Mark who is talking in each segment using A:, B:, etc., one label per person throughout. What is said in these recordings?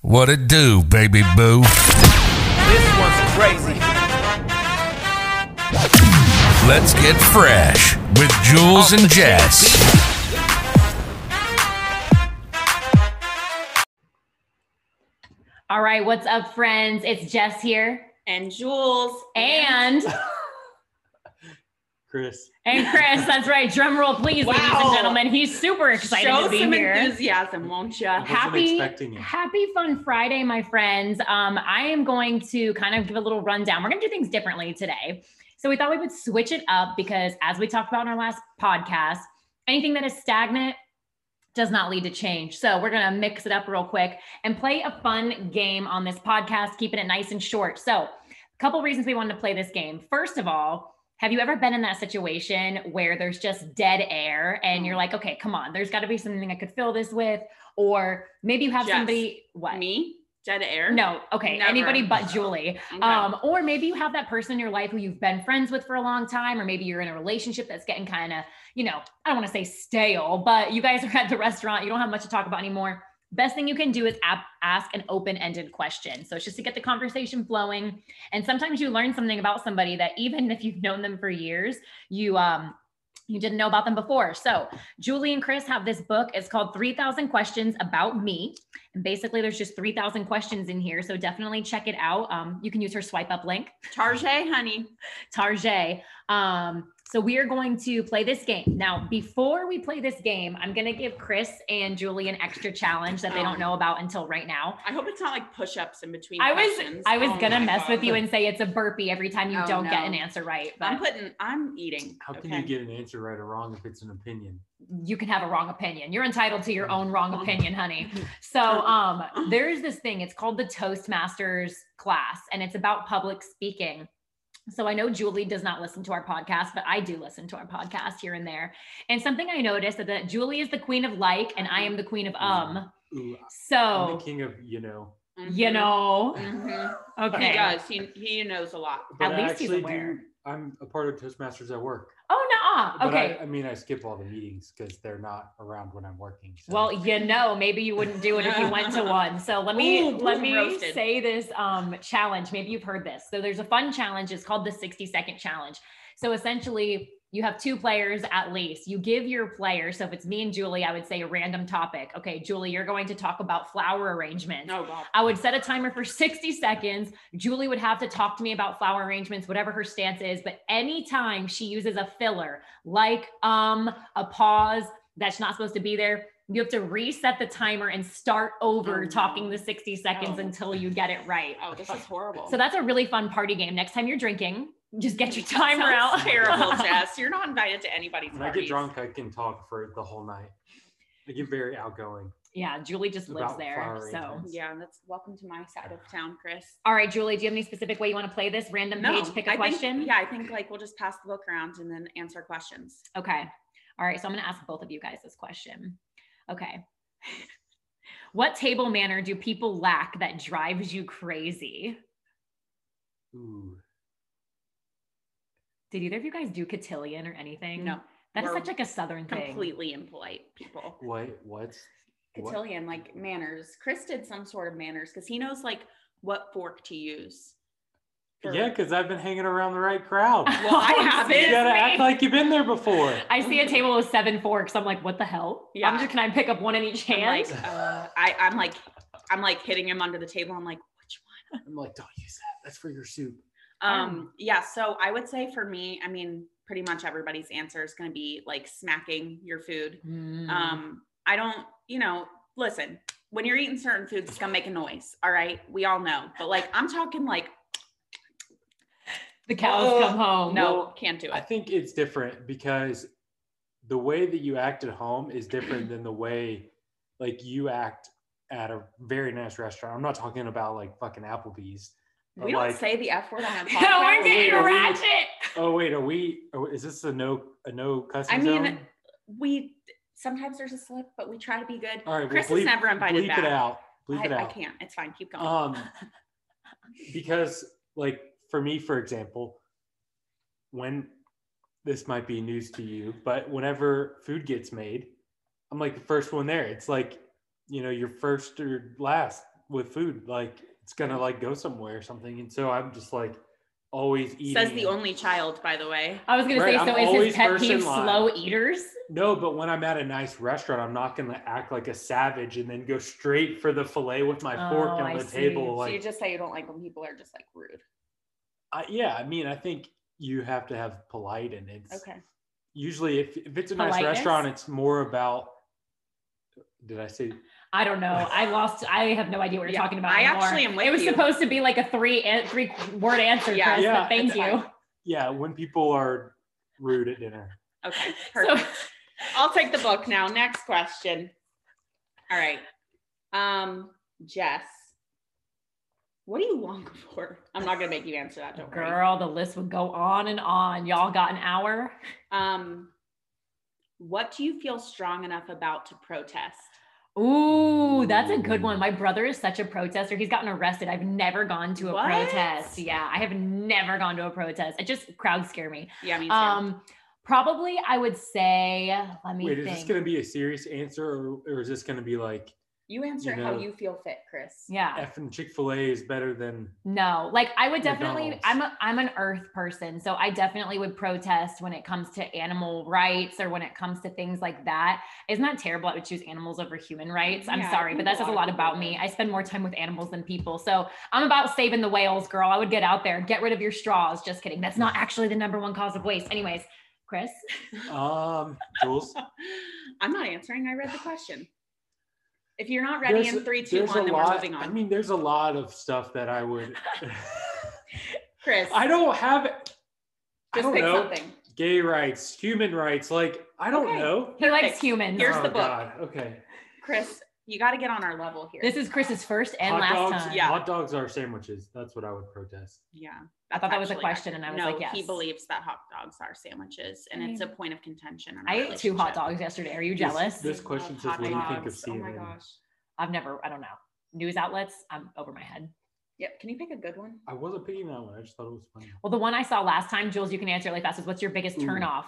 A: What it do, baby boo?
B: This one's crazy.
A: Let's get fresh with Jules and Jess.
C: All right, what's up, friends? It's Jess here
D: and Jules
C: and
E: Chris.
C: and Chris. That's right. Drum roll, please, ladies and
D: Wow.
C: gentlemen. He's super excited
D: show
C: to be
D: some
C: here.
D: enthusiasm, won't you?
E: wasn't
C: happy
E: expecting you.
C: happy fun friday my friends um i am going to kind of give a little rundown we're going to do things differently today so we thought we would switch it up because as we talked about in our last podcast anything that is stagnant does not lead to change. So, we're going to mix it up real quick and play a fun game on this podcast, keeping it nice and short. So, a couple reasons we wanted to play this game. First of all, have you ever been in that situation where there's just dead air and
E: Mm.
C: you're like, okay, come on, there's got to be something I could fill this with? Or maybe you have
D: Jess,
C: somebody, what?
D: Me? Dead air?
C: No, okay,
D: Never.
C: anybody but Julie.
D: Okay.
C: Um, or maybe you have that person in your life who you've been friends with for a long time, or maybe you're in a relationship that's getting kind of, you know, I don't want to say stale, but you guys are at the restaurant, you don't have much to talk about anymore. Best thing you can do is ap- ask an open ended question. So it's just to get the conversation flowing. And sometimes you learn something about somebody that even if you've known them for years, you, um, you didn't know about them before. So, Julie and Chris have this book. It's called 3000 Questions About Me. And basically, there's just 3,000 questions in here. So definitely check it out. Um, you can use her swipe up link,
D: Tarjay, honey.
C: Tarjay. Um, so we are going to play this game. Now, before we play this game, I'm going to give Chris and Julie an extra challenge that they don't know about until right now.
D: I hope it's not like push-ups in between.
C: I was
D: questions.
C: I was
D: Oh
C: gonna
D: my
C: mess
D: God.
C: with you and say it's a burpee every time you
D: Oh,
C: don't get
D: no.
C: an answer right,
D: I'm
C: but
D: putting. I'm eating.
E: How can
D: okay?
E: you get an answer right or wrong if it's an opinion?
C: you can have a wrong opinion. You're entitled to your own wrong opinion, honey.
E: Mm-hmm.
C: So um, there's this thing. It's called the Toastmasters class, and it's about public speaking. So I know Julie does not listen to our podcast, but I do listen to our podcast here and there. And something I noticed is that Julie is the queen of like, and I am the queen of um.
E: Ooh, Mm-hmm. I'm the
C: So
E: king of you know.
D: Mhm.
C: you know,
D: Mhm.
E: Oh
D: He
C: okay.
D: does. He he knows a lot.
E: But I
C: least he's
E: actually
C: aware.
E: Do, I'm a part of Toastmasters at work.
C: Oh no,
E: But
C: okay.
E: I, I mean, I skip all the meetings because they're not around when I'm working. so-
C: Well, you know, maybe you wouldn't do it if you went to one. So let me
D: Ooh,
C: let
D: ooh,
C: me
D: roasted.
C: say this um, challenge. Maybe you've heard this. So there's a fun challenge. It's called the 60 second challenge. So essentially, you have two players at least. You give your player. So if it's me and Julie, I would say a random topic. Okay, Julie, you're going to talk about flower arrangements.
D: Oh God.
C: I would set a timer for 60 seconds. Julie would have to talk to me about flower arrangements, whatever her stance is. But anytime she uses a filler, like um, a pause that's not supposed to be there, you have to reset the timer and start
D: Oh,
C: over
D: no. Oh.
C: talking the 60 seconds
D: No.
C: until you get it right.
D: Oh, this is horrible.
C: So that's a really fun party game. Next time you're drinking, just get your timer out.
D: Sounds Terrible, Jess. You're not invited to anybody's
E: when I
D: parties.
E: get drunk, I can talk for the whole night. I get very outgoing.
C: Yeah, Julie just lives
E: About
C: there.
E: flower
C: So.
E: arrangements.
D: Yeah, that's welcome to my side of town, Chris.
C: All right, Julie, do you have any specific way you want to play this? Random page, pick a
D: I
C: question?
D: Think, yeah, I think like we'll just pass the book around and then answer questions.
C: Okay. All right. So I'm going to ask both of you guys this question. Okay. what table manner do people lack that drives you crazy?
E: Ooh,
C: Did either of you guys do cotillion or anything?
D: No,
C: That is
D: we're
C: such like a southern thing.
D: completely impolite people.
E: what? What's? what-
D: Cotillion, like manners. Chris did some sort of manners because he knows like what fork to use. for-
E: Yeah, because I've been hanging around the right crowd.
D: Well, I have
E: you
D: it.
E: gotta
D: me.
E: act like you've been there before.
C: I see a table with seven forks. I'm like, what the hell?
D: Yeah.
C: I'm just, can I pick up one in each
D: I'm
C: hand?
D: like, uh, I, I'm like, I'm like hitting him under the table. I'm like, which
E: I'm like, don't use that. That's for your soup.
D: one? Um,
C: Um,
D: yeah. So I would say for me, I mean, pretty much everybody's answer is going to be like smacking your food.
C: Mm.
D: Um, I don't, you know, listen, when you're eating certain foods, it's gonna make a noise. All right. We all know. But like I'm talking like,
C: the cows
D: oh,
C: come home.
D: no, can't do
E: I
D: it.
E: think it's different because the way that you act at home is different than the way like you act at a very nice restaurant. I'm not talking about like fucking Applebee's.
D: We
E: But,
D: don't
E: like-
D: say the F word on a
C: No,
D: podcast.
C: we're getting
E: Wait, are we-
C: ratchet.
E: Oh wait, are we? Oh, is this a no a no cussing
D: I mean,
E: zone?
D: we sometimes there's a slip, but we try to be good.
E: All right,
D: Chris
E: well,
D: is never invited
E: bleep
D: back.
E: it out. Bleep
D: I,
E: it
D: I
E: out.
D: can't. It's fine. Keep going.
E: um because like for me for example when this might be news to you but whenever food gets made i'm like the first one there it's like you know your first or last with food. Like it's gonna like go somewhere or something. And so I'm just like always eating.
D: Says the only child, by the way.
C: I was gonna
E: Right,
C: say, so
E: I'm
C: is his
E: always
C: pet
E: first in
C: peeve
E: line.
C: slow eaters?
E: No, but when I'm at a nice restaurant, I'm not gonna act like a savage and then go straight for the fillet with my fork
C: Oh,
E: on
C: I
E: the
C: see. So
E: table.
D: so you
E: Like,
D: just say you don't like when people are just like rude.
E: I, yeah, I mean, I think you have to have polite, and it's
D: Okay.
E: usually if, if it's a nice
C: Politeness?
E: restaurant, it's more about. Did I say
C: I don't know. I lost. I have no idea what you're
D: Yeah,
C: talking about.
D: I
C: anymore.
D: actually am with
C: It was
D: you.
C: supposed to be like a three an- three word answer,
D: Yeah.
C: Chris.
E: Yeah,
C: but thank
D: it's
C: you.
E: yeah? When people are rude at dinner.
D: Okay.
C: So,
D: Perfect. I'll take the book now. Next question. All right. Um, Jess. What do you long for? I'm not gonna make you answer that, don't worry.
C: girl, the list would go on and on. Y'all got an hour.
D: Um, what do you feel strong enough about to protest?
C: Ooh, that's a good one. My brother is such a protester. He's gotten arrested. I've never gone to a
D: What?
C: protest. Yeah, I have never gone to a protest. It just crowds scare me.
D: Yeah, me too.
C: Um, probably I would say. Let me
E: Wait,
C: think.
E: is this going to be a serious answer, or, or is this going to be like
D: you answer
E: you
D: how
E: know-
D: you feel fit, Chris.
C: yeah.
E: effing Chick Fil A is better than?
C: No, like I would definitely.
E: McDonald's.
C: I'm a, I'm an Earth person, so I definitely would protest when it comes to animal rights or when it comes to things like that. Isn't that terrible? I would choose animals over human rights. I'm
D: Yeah, I
C: sorry, but
D: think
C: that
D: a
C: says a
D: lot
C: lot
D: of
C: about
D: people
C: me. I spend more time with animals than people, so I'm about saving the whales, girl. I would get out there, get rid of your straws. Just kidding. That's not actually the number one cause of waste. Anyways, Chris,
E: Um, Jules,
D: I'm not answering. I read the question. If you're not ready in three, two,
E: there's
D: one,
E: a
D: then
E: lot-
D: we're moving on.
E: I mean, there's a lot of stuff that I would.
D: Chris,
E: I don't have. I
D: just
E: don't
D: pick
E: know.
D: something.
E: Gay rights, human rights, like I don't
D: Okay.
E: know.
C: he likes
D: Perfect.
C: humans.
D: Here's
E: oh,
D: the book.
E: God. Okay.
D: Chris, you got to get on our level here.
C: This is Chris's first and
E: hot
C: last
E: dogs.
C: time.
D: Yeah.
E: Hot dogs are sandwiches. That's what I would protest.
D: yeah.
C: I thought that was a
D: actually
C: question, and I was
D: no,
C: like, yes.
D: he believes that hot dogs are sandwiches, and it's a point of contention. in our
C: I ate two hot
D: relationship.
C: dogs yesterday. Are you
E: This-
C: jealous?
E: This
D: Love
E: question says,
D: hot
E: "What do you think of
D: dogs. Oh my
E: CNN?"
D: gosh.
C: I've never, I don't know. News outlets, I'm over my head.
D: Yep. Can you pick a good one?
E: I wasn't picking that one. I just thought it was funny.
C: Well, the one I saw last time, Jules, you can answer it like fast. Is what's your biggest
E: Ooh.
C: turnoff?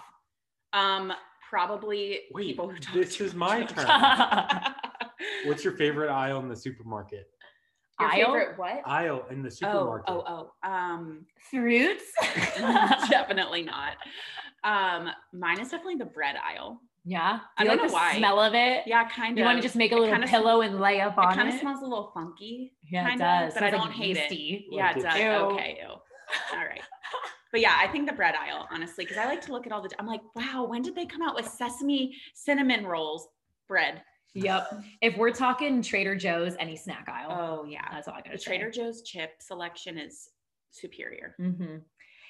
D: Um, probably
E: Wait,
D: people who talk
E: this
D: too
E: is my
D: much.
E: turn. What's your favorite aisle in the supermarket?
D: your
C: Aisle?
D: favorite what?
E: Aisle in the
D: Oh,
E: uh, supermarket.
D: oh, oh. Um,
C: Fruits?
D: definitely not. Um, mine is definitely the bread aisle.
C: yeah.
D: I
C: Do you like
D: don't know
C: the
D: why.
C: smell of it?
D: Yeah, kind of.
C: You want to just make a little
D: kinda sm-
C: pillow and lay up
D: It
C: on
D: kind of
C: it?
D: smells a little funky.
C: yeah, it
D: kinda,
C: does.
D: but I
C: Smells
D: don't hate it.
C: yeasty.
D: Yeah, it
E: Like
D: does.
C: it- Ew.
D: Okay, ew. All right. But yeah, I think the bread aisle, honestly, because I like to look at all the. I'm like, wow, when did they come out with sesame cinnamon rolls bread?
C: Yep. If we're talking Trader Joe's, any snack aisle,
D: Oh yeah,
C: that's all I got to
D: the Trader Joe's chip selection is superior.
C: hmm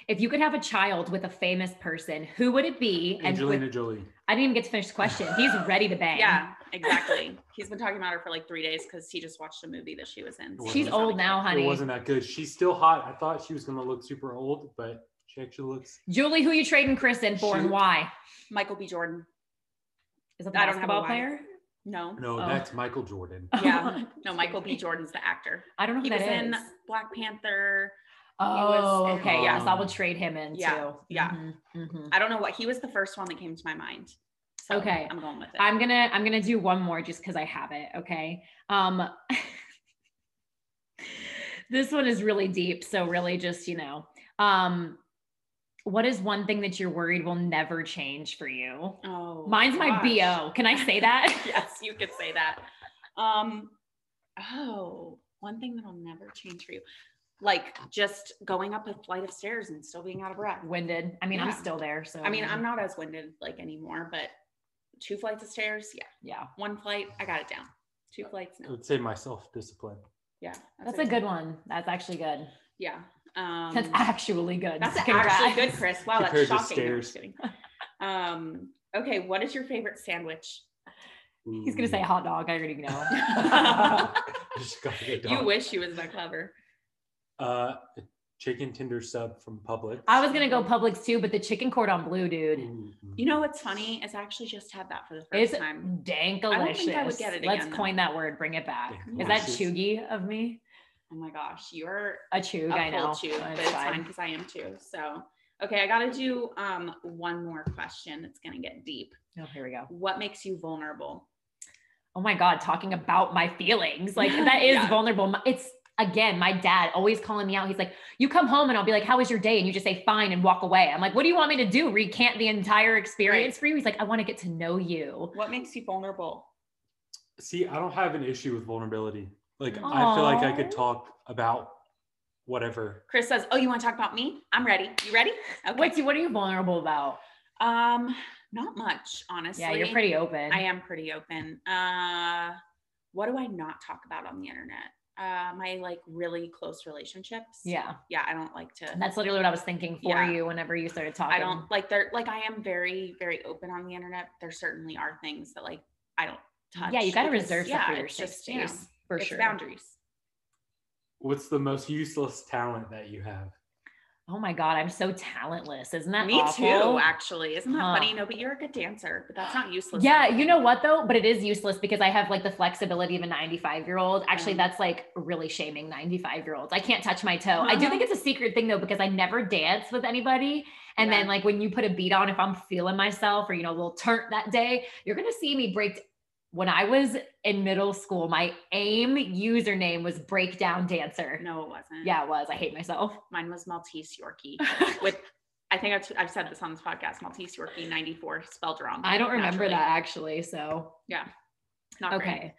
C: If you could have a child with a famous person, who would it be? And
E: Angelina
C: with-
E: Jolie.
C: I didn't even get to finish the question. He's ready to bang.
D: Yeah, exactly. He's been talking about her for like three days because he just watched a movie that she was in.
E: Well,
C: She's
E: it
D: he's not
C: old
D: a-
C: now,
E: It
C: honey.
E: wasn't that good. She's still hot. I thought she was gonna look super old, but she actually looks.
C: Julie, who you trading Chris in for and
E: Shoot.
C: why?
D: Michael B. Jordan.
C: Is it the
D: I don't have a
C: basketball
D: why.
C: player?
D: No.
E: No,
C: Oh.
E: that's Michael Jordan.
D: Yeah. No, Michael B. Jordan's the actor.
C: I don't know who
D: He
C: that
D: was in
C: is.
D: Black Panther.
C: Oh,
D: was in-
C: okay. yes, I will
E: Um,
C: trade him in
D: yeah,
C: too.
D: yeah.
C: Mhm, mhm.
D: I don't know what he was the first one that came to my mind. So
C: Okay.
D: I'm going with it.
C: I'm gonna I'm gonna do one more just because I have it. Okay. Um this one is really deep. So really just, you know. Um what is one thing that you're worried will never change for you?
D: oh,
C: Mine's my
D: gosh.
C: BO. Can I say that?
D: yes, you could say that. Um, oh, one thing that'll never change for you, like just going up a flight of stairs and still being out of breath.
C: Winded. I mean, I'm
D: Yeah.
C: still there. So
D: I mean, I'm not as winded like anymore, but two flights of stairs, yeah.
C: yeah.
D: One flight, I got it down. Two flights,
E: I
D: no.
E: would say my self-discipline.
D: Yeah,
C: Oh. That's a good one. That's actually good.
D: Yeah, um,
C: That's actually good.
D: that's
C: Congrats.
D: actually good, Chris. Wow, that's
E: Compared to
D: shocking. No, I'm just
E: stairs.
D: kidding. Um, okay, what is your favorite sandwich?
C: He's gonna say
E: Ooh.
C: hot dog. I already know.
E: Just gotta get
D: You
E: done.
D: wish you was that clever.
E: Uh, a chicken tender sub from Publix.
C: I was gonna go Publix too, but the chicken cordon bleu, dude,
E: Ooh. mm-hmm.
D: You know what's funny is I actually just had that for the first
C: is
D: time.
C: dank
D: I don't think I would
C: delicious.
D: get it
C: Let's
D: again, though.
C: coin that word. Bring it back. Is that
E: Delicious.
C: chuggy of me?
D: Oh my gosh, you're
C: A chug, I
D: a
C: know.
D: full chew,
C: Oh,
D: but
C: it's
D: it's
C: fine.
D: fine because I am too. So, okay, I gotta do um one more question. It's gonna get deep.
C: Oh, here we go.
D: What makes you vulnerable?
C: oh my God, talking about my feelings. Like that is
D: Yeah.
C: vulnerable. My- It's again, my dad always calling me out. He's like, you come home and I'll be like, how was your day? And you just say, fine, and walk away. I'm like, what do you want me to do? Recant the entire experience for you? He's like, I want to get to know you.
D: What makes you vulnerable?
E: See, I don't have an issue with vulnerability. Like I feel like I could
C: Aw.
E: talk about whatever.
D: Chris says, "Oh, you want to talk about me? I'm ready. You ready? Okay.
C: What's, what are you vulnerable about?
D: Um, not much, honestly.
C: Yeah, you're pretty open.
D: I am pretty open. Uh, what do I not talk about on the internet? Uh, my like really close relationships.
C: Yeah.
D: Yeah, I don't like to.
C: And that's literally what I was thinking for
D: Yeah.
C: you whenever you started talking.
D: I don't like there. Like I am very, very open on the internet. There certainly are things that like I don't touch.
C: yeah, you got to
D: because,
C: reserve
D: yeah,
C: stuff for your
D: it's
C: safe
D: just, you know,
C: space for
D: it's
C: sure.
D: boundaries.
E: What's the most useless talent that you have?
C: Oh my God, I'm so talentless. Isn't that
D: Me
C: awful?
D: too, actually. Isn't that
C: Huh.
D: funny? No, but you're a good dancer, but that's not useless.
C: Yeah, you know what though? But it is useless because I have like the flexibility of a 95 year old. Actually,
D: Yeah.
C: that's like really shaming 95 year olds. I can't touch my toe. I do
D: Uh-huh.
C: think it's a secret thing though, because I never dance with anybody. And
D: Yeah.
C: then like when you put a beat on, if I'm feeling myself or, you know, a little turnt that day, you're going to see me break. When I was in middle school, my AIM username was breakdown dancer.
D: No, it wasn't.
C: Yeah, it was. I hate myself.
D: Mine was Maltese Yorkie with, I think I've, I've said this on this podcast, Maltese Yorkie 94 spelled wrong.
C: I don't remember
D: naturally.
C: that actually. So,
D: Not great.
C: okay.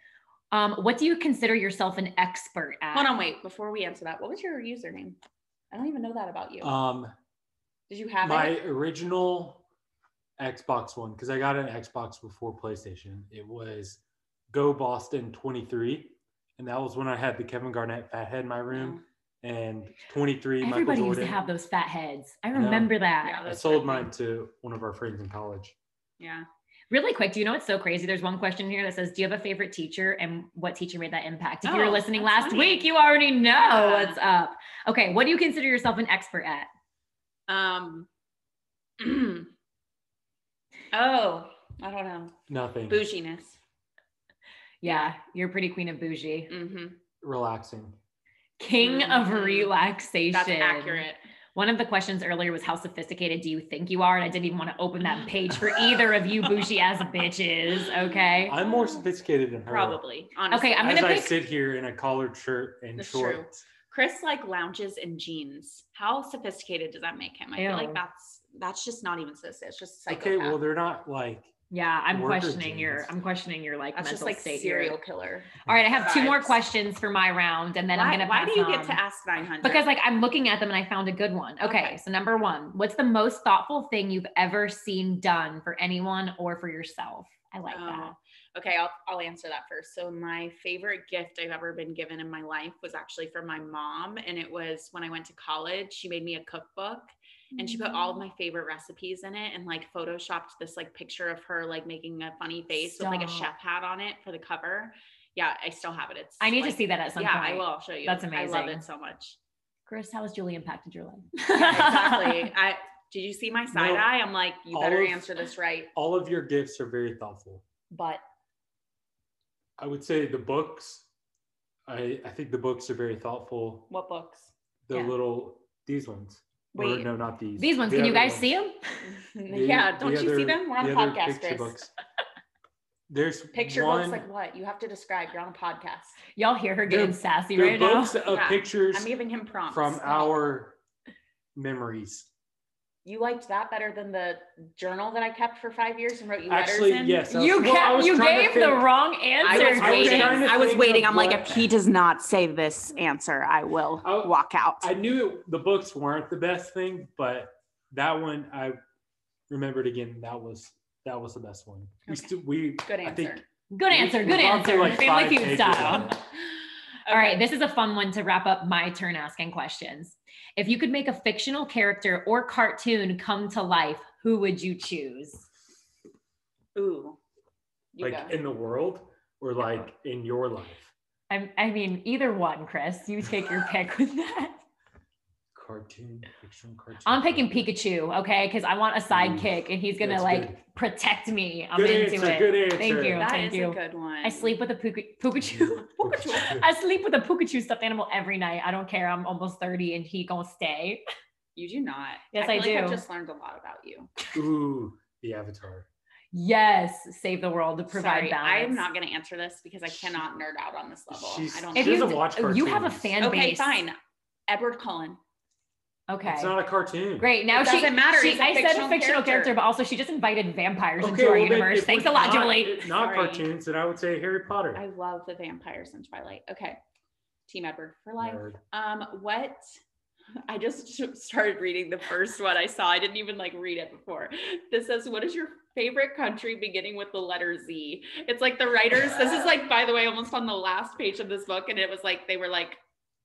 C: Um, what do you consider yourself an expert at?
D: Hold on, wait. Before we answer that, what was your username? I don't even know that about you.
E: Um
D: Did you have
E: my
D: it?
E: original Xbox one, because I got an Xbox before PlayStation. It was Go Boston 23. And that was when I had the Kevin Garnett fathead in my room and 23
C: Everybody
E: Michael
C: used
E: Jordan.
C: to have those fat heads. I
E: know.
C: remember that.
D: Oh, Yeah,
E: I
D: that's
E: sold
D: good.
E: mine to one of our friends in college.
D: Yeah.
C: Really quick, do you know what's so crazy? There's one question here that says, "Do you have a favorite teacher, and what teacher made that impact?" If you were
D: Oh,
C: listening
D: that's
C: last
D: funny.
C: week, you already know
D: Yeah.
C: what's up. Okay, what do you consider yourself an expert at?
D: Um. oh, I don't know.
E: Nothing.
D: Bouginess.
C: Yeah, you're pretty queen of bougie,
D: hmm
E: Relaxing.
C: king of
D: Mhm.
C: relaxation.
D: That's accurate.
C: One of the questions earlier was, "How sophisticated do you think you are?" And I didn't even want to open that page for either of you bougie ass bitches. Okay.
E: I'm more sophisticated than her.
D: Probably. Honestly.
C: I'm
E: As
C: gonna
E: I
C: pick-
E: sit here in a collared shirt and
D: That's true.
E: shorts.
D: Chris like lounges in jeans. How sophisticated does that make him? I feel
C: Ew.
D: like that's that's just not even sophisticated. It's just psychopath.
E: Okay, well, they're not like
C: Yeah, I'm
E: Worker
C: questioning your.
E: jeans.
C: I'm questioning your like
D: that's just
C: mental
D: like
C: state. here.
D: serial killer.
C: All right, I have two more
D: vibes.
C: questions for my round, and then
D: why,
C: I'm gonna.
D: why
C: pass
D: do you
C: on.
D: get to ask 900?
C: Because like I'm looking at them and I found a good one. Okay,
D: Okay.
C: so number one, what's the most thoughtful thing you've ever seen done for anyone or for yourself? I like that.
D: Oh, okay, I'll, I'll answer that first. So, my favorite gift I've ever been given in my life was actually from my mom. And it was when I went to college, she made me a cookbook and she put
C: Mm.
D: all of my favorite recipes in it and like photoshopped this like picture of her like making a funny face with like a
C: Stop.
D: chef hat on it for the cover. Yeah, I still have it. It's
C: I need
D: like-
C: to see that at some
D: yeah,
C: point.
D: I will. I'll show you.
C: That's
D: I love
C: amazing.
D: it so much.
C: Chris, how has Julie impacted your life?
D: Yeah, exactly. I did you see my side eye? I'm like, you
E: all
D: better
E: of-
D: answer this right.
E: all of your gifts are very thoughtful.
D: But
E: I would say the books. I I think the books are very thoughtful.
D: what books?
E: The
C: Yeah.
E: little these ones. Or
D: Wait.
E: no, not these.
C: These ones,
E: The
C: can you
E: other
C: guys
E: ones.
C: see them?
E: The-
D: Mm-hmm. yeah,
E: the
D: don't you see
E: other-
D: them? We're on a
E: the other
D: podcast, Chris.
E: picture books. There's
D: Picture
E: one,
D: books like what? You have to describe. You're on a podcast.
C: Y'all hear her getting
E: They're-
C: sassy
E: they're
C: right
E: books of
D: Yeah,
E: pictures
D: I'm giving him prompts.
E: from our memories.
D: You liked that better than the journal that I kept for five years and wrote you letters
E: Actually,
D: in?
E: yes. I
C: now.
E: was-
C: You
E: well, I
C: ca-
E: was
C: you
E: trying to
C: gave the
E: think-
C: wrong
D: I
C: answer.
D: was,
E: I was
D: waiting.
E: trying to
D: I was
E: think
D: waiting.
E: of
D: I'm like,
E: what-
D: if he does not say this answer, I will
E: Oh,
D: walk out.
E: I knew it, the books weren't the best thing, but that one I remembered again. That was that was the best one. We
D: Okay.
E: still we
D: Good
E: I think
D: answer.
C: Good
E: we-
C: answer.
E: we
C: Good
E: gone through
C: answer.
E: like five
C: Family
E: pages
C: feud style.
E: on it.
C: All right, this is a fun one to wrap up my turn asking questions. If you could make a fictional character or cartoon come to life, who would you choose?
D: Ooh. You
E: like
D: go.
E: in the world or like in your life?
C: I, I mean, either one, Chris. You take your pick with that.
E: Cartoon, fictional cartoon.
C: I'm picking Pikachu, okay? Because I want a sidekick and he's gonna
E: That's
C: like
E: good.
C: protect me. I'm
E: Good
C: into
E: answer.
C: it.
E: Good answer.
C: Thank you.
D: That
C: thank
D: is
C: you.
D: a good one.
C: I sleep with a Puka- Pikachu.
E: Pikachu.
C: I sleep with a Pikachu stuffed animal every night. I don't care. I'm almost 30 and he gonna stay.
D: You do not.
C: Yes,
D: I,
C: I
D: feel Like I've
C: do.
D: just learned a lot about you.
E: Ooh, the Avatar.
C: Yes, save the world to provide
D: Sorry,
C: balance.
D: I am not going to answer this because I cannot nerd out on this level.
E: She's-
D: I don't.
E: She
C: If
D: know.
C: you,
E: doesn't watch
C: you have a
E: cartoons.
C: fan
D: okay,
C: base.
D: fine. Edward Cullen.
C: Okay.
E: It's not a cartoon.
C: Great. Now
D: It
C: she
D: doesn't matter.
C: She,
D: He's a
C: I said
D: fictional
C: fictional character,
D: character.
C: but also she just invited vampires into
E: well,
C: our
E: then
C: universe.
E: if
C: Thanks
E: we're
C: a lot,
E: not-
C: Julie.
E: if Not
D: Sorry.
E: cartoons, then I would say Harry Potter.
D: I love the vampires in Twilight. Okay, Team Edward for life.
E: Nerd.
D: Um, what? I just sh- started reading the first one I saw. I didn't even like read it before. This says, "What is your favorite country beginning with the letter Z?" It's like the writers. This is like, by the way, almost on the last page of this book, and it was like they were like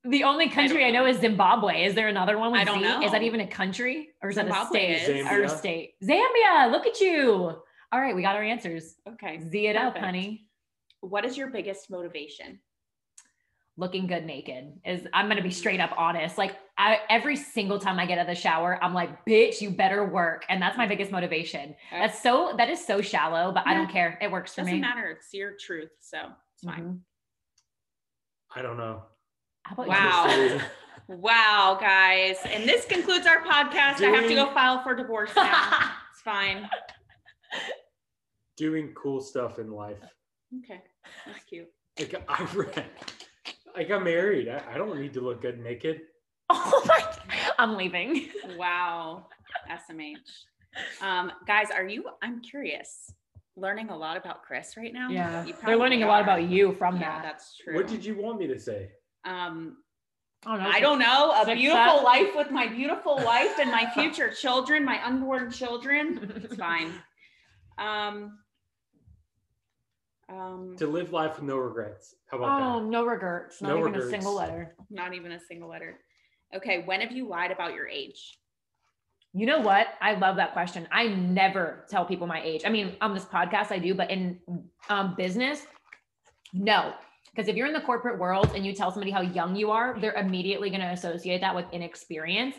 C: The only country I, know is Zimbabwe. Is there another one with
D: I don't
C: Z?
D: know.
C: Is that even a country or is
D: Zimbabwe
C: that a state?
E: is.
C: Or a
E: Zambia.
C: state? Zambia. Look at you. All right, we got our answers.
D: "Okay,
C: Z it up,
D: Perfect.
C: honey.
D: what is your biggest motivation?"
C: Looking good naked is. I'm gonna be straight up honest. Like I, every single time I get out of the shower, I'm like, "Bitch, you better work," and that's my biggest motivation. That's so. That is so shallow, but I
D: Yeah.
C: don't care. It works for
D: doesn't
C: me.
D: matter. It's your truth, so it's fine.
C: Mhm.
E: I don't know.
C: Mm-hmm. How about you?
D: Wow.
E: Honestly,
D: Wow, guys. And this concludes our podcast. I have to go file for divorce now. It's fine.
E: Doing cool stuff in life.
D: Okay. That's cute.
E: Like I read, I got married. I, I don't need to look good naked.
C: Oh my! I'm leaving.
D: Wow. SMH. Um, guys, are you? I'm curious. Learning a lot about Chris right now.
C: Yeah,
D: You
C: they're
D: probably
C: learning a lot
D: are.
C: about you from
D: Yeah,
C: that.
D: that's true.
E: What did you want me to say?
D: um,
C: I don't know.
D: I don't know. A
C: Success.
D: beautiful life with my beautiful wife and my future children, my unborn children. It's fine. Um, um,
E: To live life with no regrets. How about
C: Oh, no regrets. Not
E: No
C: even a
E: regrets.
C: single letter.
D: Not even a single letter. Okay, when have you lied about your age?
C: You know what? I love that question. I never tell people my age. I mean, on this podcast, I do, but in um, business, no. Because if you're in the corporate world and you tell somebody how young you are, they're immediately going to associate that with inexperience.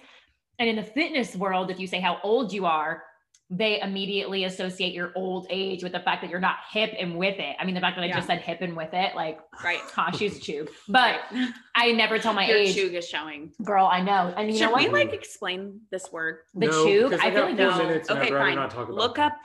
C: And in the fitness world, if you say how old you are, they immediately associate your old age with the fact that you're not hip and with it. I mean, the fact that I
D: Yeah.
C: just said hip and with it, like,
D: Right.
C: ha, she's a chug. But
D: Right.
C: I never tell my
D: your
C: age.
D: chug is showing.
C: Girl, I know. And you
D: Should
C: know what?
D: we like explain this word?
C: The
E: No,
C: chug.
E: because
C: I
E: I
C: feel
E: got
C: like
E: four
C: there's
E: minutes. and I'd
D: Okay,
E: rather
D: fine.
E: not talk about
D: Look
E: that.
D: up.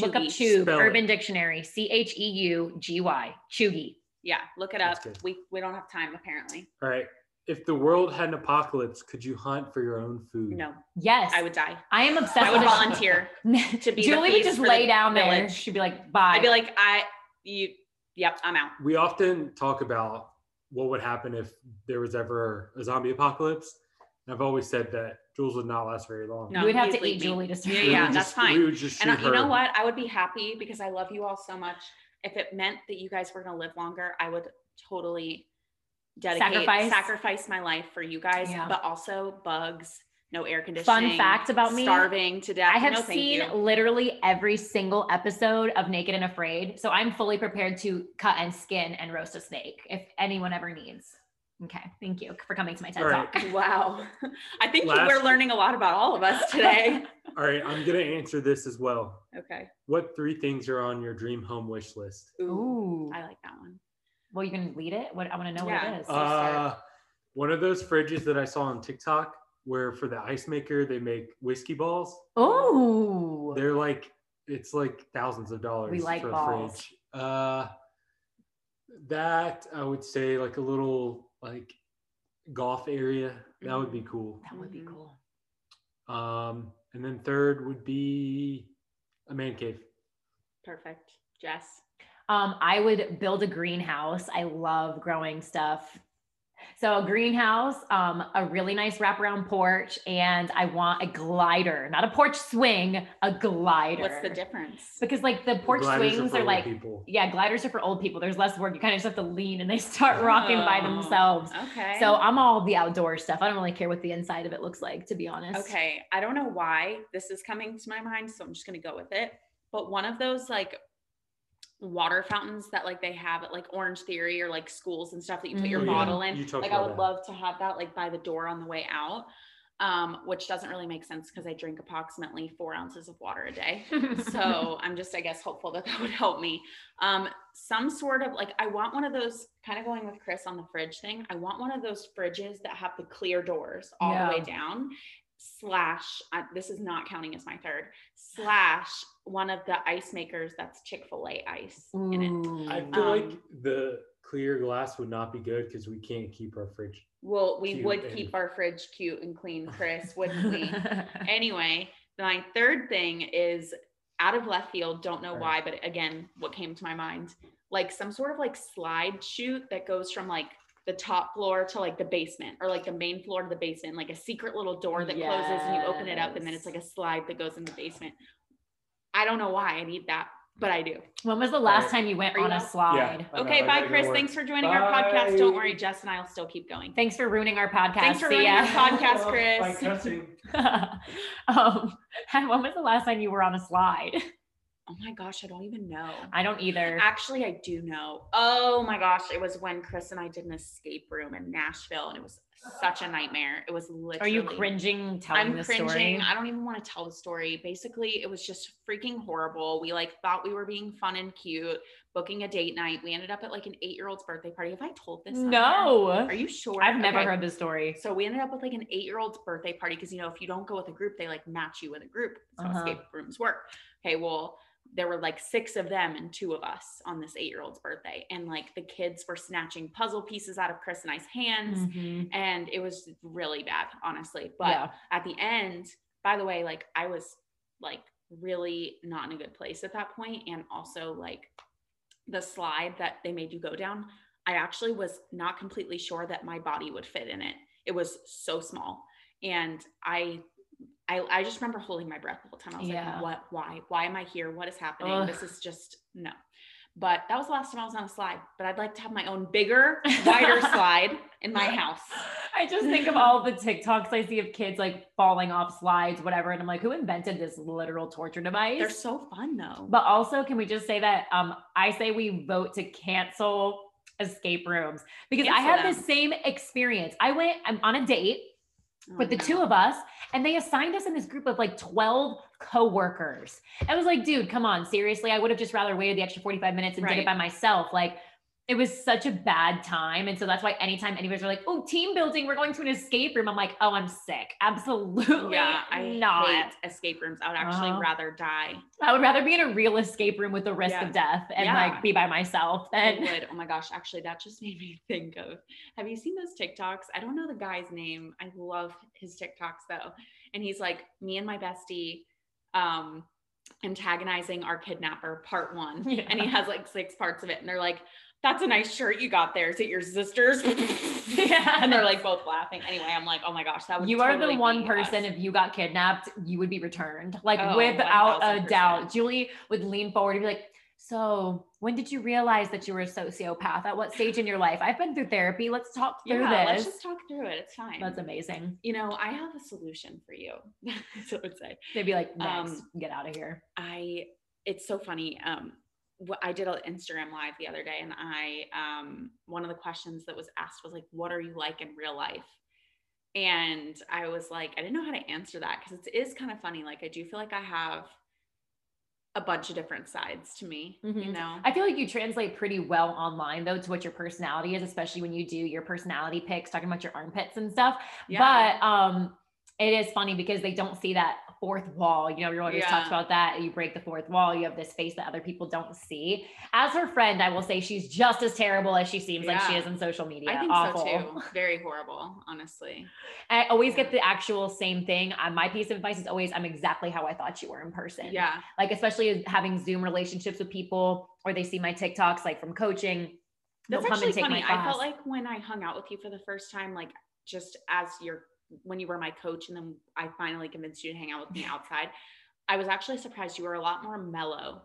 C: Look up
D: chuggy.
C: chug,
E: Spell it.
C: Urban Dictionary, C H E U G Y, chuggy.
D: Yeah, look it
E: That's
D: up.
E: good.
D: We we don't have time apparently.
E: All right. If the world had an apocalypse, could you hunt for your own food?
D: No,
C: Yes,
D: I would die.
C: I am
D: I
C: obsessed
D: would
C: with
D: volunteer
C: volunteer.
D: to be. the
C: Julie would
D: face
C: just
D: for the
C: lay down there.
D: village.
C: She'd be like, "Bye."
D: I'd be like, I you. Yep, I'm out.
E: We often talk about what would happen if there was ever a zombie apocalypse. And I've always said that Jules would not last very long.
D: No,
C: you would have
D: you'd
C: to
D: leave
C: eat
D: me.
C: Julie to survive.
D: Yeah,
E: We would
D: yeah, that's
E: just-
D: fine.
E: We would just
D: And
E: shoot
D: I- you know
E: her.
D: what? I would be happy because I love you all so much. If it meant that you guys were going to live longer, I would totally dedicate
C: Sacrifice.
D: sacrifice, my life for you guys,
C: Yeah.
D: but also bugs, no air conditioning.
C: fact about me,
D: starving to death.
C: I have
D: No, thank
C: seen
D: you.
C: literally every single episode of Naked and Afraid, so I'm fully prepared to cut and skin and roast a snake if anyone ever needs. Okay, thank you for coming to my TED
E: All right.
C: talk.
D: Wow. I think
E: Last-
D: we're learning a lot about all of us today.
E: All right. I'm going to answer this as well.
D: okay.
E: What three things are on your dream home wish list?
D: Ooh.
C: Ooh,
D: I like that one.
C: well, you can lead it. What I want to know what
D: Yeah.
C: it is.
D: So sorry.
E: Uh, one of those fridges that I saw on TikTok where for the ice maker, they make whiskey balls.
C: oh,
E: They're like, it's like thousands of dollars
C: We like
E: for
C: balls.
E: a fridge. Uh, that I would say like a little like golf area. That would be cool.
C: that would be cool.
E: Um, and then third would be a man cave.
D: Perfect. Jess.
C: Um, I would build a greenhouse. I love growing stuff. So a greenhouse, um, a really nice wraparound porch, and I want a glider, not a porch swing, a glider.
D: What's the difference?
C: Because like the porch
E: Gliders
C: swings
E: for
C: are
E: old
C: like,
E: people.
C: yeah, gliders are for old people. There's less work. You kind of just have to lean and they start rocking by
D: Oh,
C: themselves.
D: Okay.
C: So I'm all the outdoor stuff. I don't really care what the inside of it looks like, to be honest.
D: Okay, I don't know why this is coming to my mind, so I'm just gonna go with it. But one of those like water fountains that like they have at like Orange Theory or like schools and stuff that you put your
C: Mhm. Oh, yeah.
D: bottle in.
E: Mm-hmm. You talked
D: Like I
E: about
D: would
E: that.
D: love to have that like by the door on the way out. Um, which doesn't really make sense because I drink approximately four ounces of water a day. So I'm just, I guess, hopeful that that would help me. Um, some sort of like, I want one of those kind of going with Chris on the fridge thing. I want one of those fridges that have the clear doors all
C: Yeah.
D: the way down. Slash, uh, this is not counting as my third. Slash, one of the ice makers that's Chick fil A ice in it.
C: Ooh.
E: I feel like
D: Um,
E: the clear glass would not be good because we can't keep our fridge.
D: Well, we
E: Cute
D: would
E: and-
D: keep our fridge cute and clean, Chris, wouldn't we? anyway, my third thing is out of left field, don't know why,
E: Right.
D: but again, what came to my mind, like some sort of like slide chute that goes from like the top floor to like the basement or like the main floor to the basement, like a secret little door that closes and you open it up and then it's
C: Yes.
D: like a slide that goes in the basement. I don't know why I need that, but I do.
C: when was the last
E: Alright.
C: time you went
D: Are you
C: on a
D: up?
C: slide?
E: I know,
D: Okay, bye,
E: I gotta go
D: Chris.
E: work.
D: Thanks for joining our podcast. Don't
E: Bye.
D: worry, Jess and I will still keep going.
C: Thanks for ruining our podcast.
D: Thanks for
C: See
D: ruining
C: ya.
D: our podcast, Chris.
E: By cussing.
C: um, when was the last time you were on a slide?
D: Oh my gosh, I don't even know.
C: I don't either.
D: Actually, I do know. Oh my gosh, it was when Chris and I did an escape room in Nashville, and it was such a nightmare. It was literally.
C: Are you cringing telling
D: I'm
C: this
D: cringing.
C: story?
D: I don't even want to tell the story. Basically, it was just freaking horrible. We like thought we were being fun and cute, booking a date night. We ended up at like an eight-year-old's birthday party. Have I told this? on here?
C: No,
D: Are you sure?
C: I've never
D: Okay.
C: heard this story.
D: So we ended up with like an eight year old's birthday party because you know if you don't go with a group, they like match you with a group. That's how
C: Uh-huh.
D: escape rooms work. Okay, well there were like six of them and two of us on this eight year old's birthday, and like the kids were snatching puzzle pieces out of Chris and I's hands,
C: Mhm.
D: and it was really bad, honestly. But
C: yeah.
D: at the end, by the way, like I was like really not in a good place at that point, and also like the slide that they made you go down, I actually was not completely sure that my body would fit in it. It was so small, and I. I, I just remember holding my breath the whole time. I was
C: Yeah.
D: like, what, why, why am I here? What is happening?
C: Ugh.
D: This is just no. But that was the last time I was on a slide. But I'd like to have my own bigger, wider slide in my house.
C: I just think of all the TikToks I see of kids like falling off slides, whatever. And I'm like, who invented this literal torture device?
D: They're so fun though.
C: But also, can we just say that um, I say we vote to cancel escape rooms because I
D: Cancel
C: had
D: them.
C: the same experience. I went I'm on a date
D: Oh,
C: with the
D: no.
C: two of us, and they assigned us in this group of like 12 coworkers. I was like, dude, come on, seriously. I would have just rather waited the extra 45 minutes and did
D: Right.
C: it by myself. Like, it was such a bad time. And so that's why anytime anybody's like, oh, team building, we're going to an escape room. I'm like, oh, I'm sick. Absolutely
D: yeah, I
C: not.
D: hate escape rooms. I would actually
C: Uh-huh.
D: rather die.
C: I would rather be in a real escape room with the risk
D: Yeah.
C: of death and
D: Yeah.
C: like be by myself
D: I
C: than
D: would. Oh my gosh, actually, that just made me think of. Have you seen those TikToks? I don't know the guy's name. I love his TikToks though, and he's like, me and my bestie, um, antagonizing our kidnapper, part one,
C: Yeah.
D: and he has like six parts of it, and they're like. That's a nice shirt you got there. Is it your sister's? yeah. And they're like both laughing. Anyway, I'm like, oh my gosh, that would
C: you are
D: totally
C: the one
D: be
C: person
D: us.
C: if you got kidnapped you would be returned like
D: Oh,
C: without a
D: 1000%.
C: doubt julie would lean forward and be like so when did you realize that you were a sociopath at what stage in your life i've been through therapy let's talk through
D: Yeah, let's
C: this
D: just talk through it. It's fine.
C: that's amazing
D: you know, I have a solution for you. so I would say
C: they'd be like
D: Um,
C: next get out of here
D: I, it's so funny. Um, what I did an Instagram live the other day, and I, um, one of the questions that was asked was like, "What are you like in real life?" And I was like, I didn't know how to answer that because it is kind of funny. Like, I do feel like I have a bunch of different sides to me. You
C: Mhm.
D: know,
C: i feel like you translate pretty well online though to what your personality is especially when you do your personality pics talking about your armpits and stuff But um, it is funny because they don't see that fourth wall. You know, everyone always talks
D: Yeah.
C: about that. You break the fourth wall, you have this face that other people don't see. As her friend, I will say she's just as terrible as she seems like she
D: Yeah.
C: is on social media.
D: I think
C: Awful.
D: so too. Very horrible, honestly.
C: I always
D: Yeah.
C: get the actual same thing. Uh, my piece of advice is always I'm exactly how I thought you were in person.
D: Yeah.
C: Like, especially as having Zoom relationships with people or they see my TikToks like from coaching. They'll
D: That's
C: come
D: actually
C: and take
D: funny.
C: my
D: I
C: class.
D: felt like when I hung out with you for the first time, like just as your when you were my coach, and then I finally convinced you to hang out with me outside. I was actually surprised you were a lot more mellow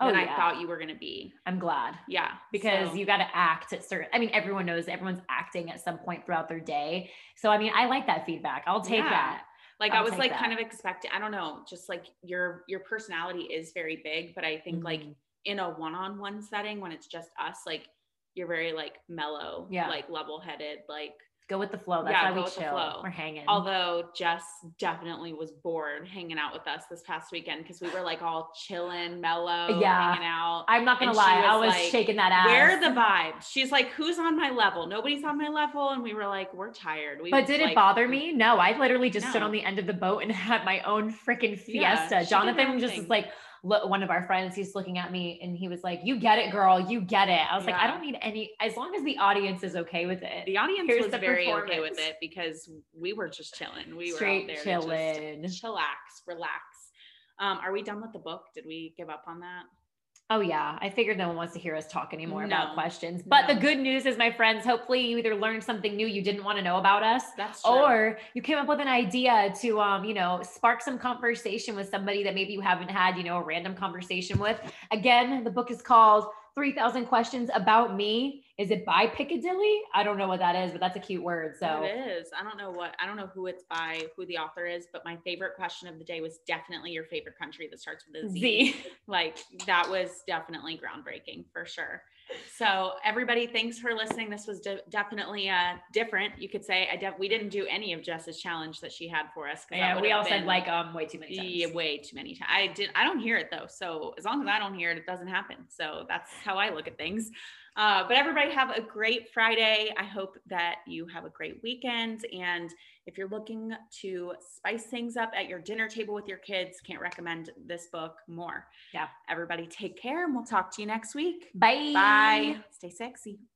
C: Oh,
D: than I
C: yeah.
D: thought you were going to be.
C: I'm glad.
D: Yeah,
C: because
D: so-
C: you got to act at certain i mean everyone knows everyone's acting at some point throughout their day so i mean i like that feedback i'll take
D: Yeah.
C: that
D: like
C: I'll
D: I was
C: take
D: like
C: that.
D: kind of expecting. I don't know, just like your your personality is very big, but I think like
C: Mhm.
D: in a one-on-one setting when it's just us, like you're very like mellow,
C: Yeah.
D: like level-headed, like
C: go with the flow that's
D: Yeah,
C: how
D: go
C: we
D: with the
C: chill
D: flow.
C: we're hanging
D: Although Jess definitely was bored hanging out with us this past weekend because we were like all chilling, mellow,
C: Yeah.
D: hanging out.
C: i'm not gonna
D: and she
C: lie i
D: was
C: was
D: like,
C: shaking that ass
D: Where are the vibes? She's like, who's on my level? Nobody's on my level. And we were like, we're tired. We
C: but did
D: like-
C: it bother me? No, I literally just stood
D: No.
C: on the end of the boat and had my own freaking
D: Yeah,
C: fiesta.
D: she did her
C: Jonathan
D: own
C: just
D: thing.
C: is like, lo- one of our friends, he's looking at me and he was like, You get it, girl. You get it. I was like, I
D: Yeah.
C: don't need any, as long as the audience is okay with it.
D: The audience
C: Here's
D: was
C: the
D: very okay
C: performance.
D: with it because we were just chilling. We
C: Straight
D: were out there
C: chilling.
D: To just chillax, relax. Um, are we done with the book? Did we give up on that?
C: Oh, yeah. I figured no one wants to hear us talk anymore about
D: No.
C: questions. But
D: No.
C: the good news is, my friends, hopefully you either learned something new you didn't want to know about us.
D: That's true.
C: Or you came up with an idea to, um, you know, spark some conversation with somebody that maybe you haven't had, you know, a random conversation with. Again, the book is called 3000 Questions About Me. Is it by Piccadilly? I don't know what that is, but that's a cute word. So
D: it is. I don't know what I don't know who it's by, who the author is, but my favorite question of the day was definitely your favorite country that starts with a Z.
C: Z.
D: Like that was definitely groundbreaking for sure. So everybody, thanks for listening. This was de- definitely uh, different. You could say I def- we didn't do any of Jess's challenge that she had for us. 'cause that
C: Yeah,
D: would
C: we
D: have
C: all said
D: been-
C: like um way too many times.
D: Yeah, way too many times. I did. I don't hear it though. So as long as I don't hear it, it doesn't happen. So that's how I look at things. Uh, but everybody have a great Friday. I hope that you have a great weekend. And if you're looking to spice things up at your dinner table with your kids, can't recommend this book more.
C: Yeah.
D: Everybody take care and we'll talk to you next week.
C: Bye.
D: Bye. Stay sexy.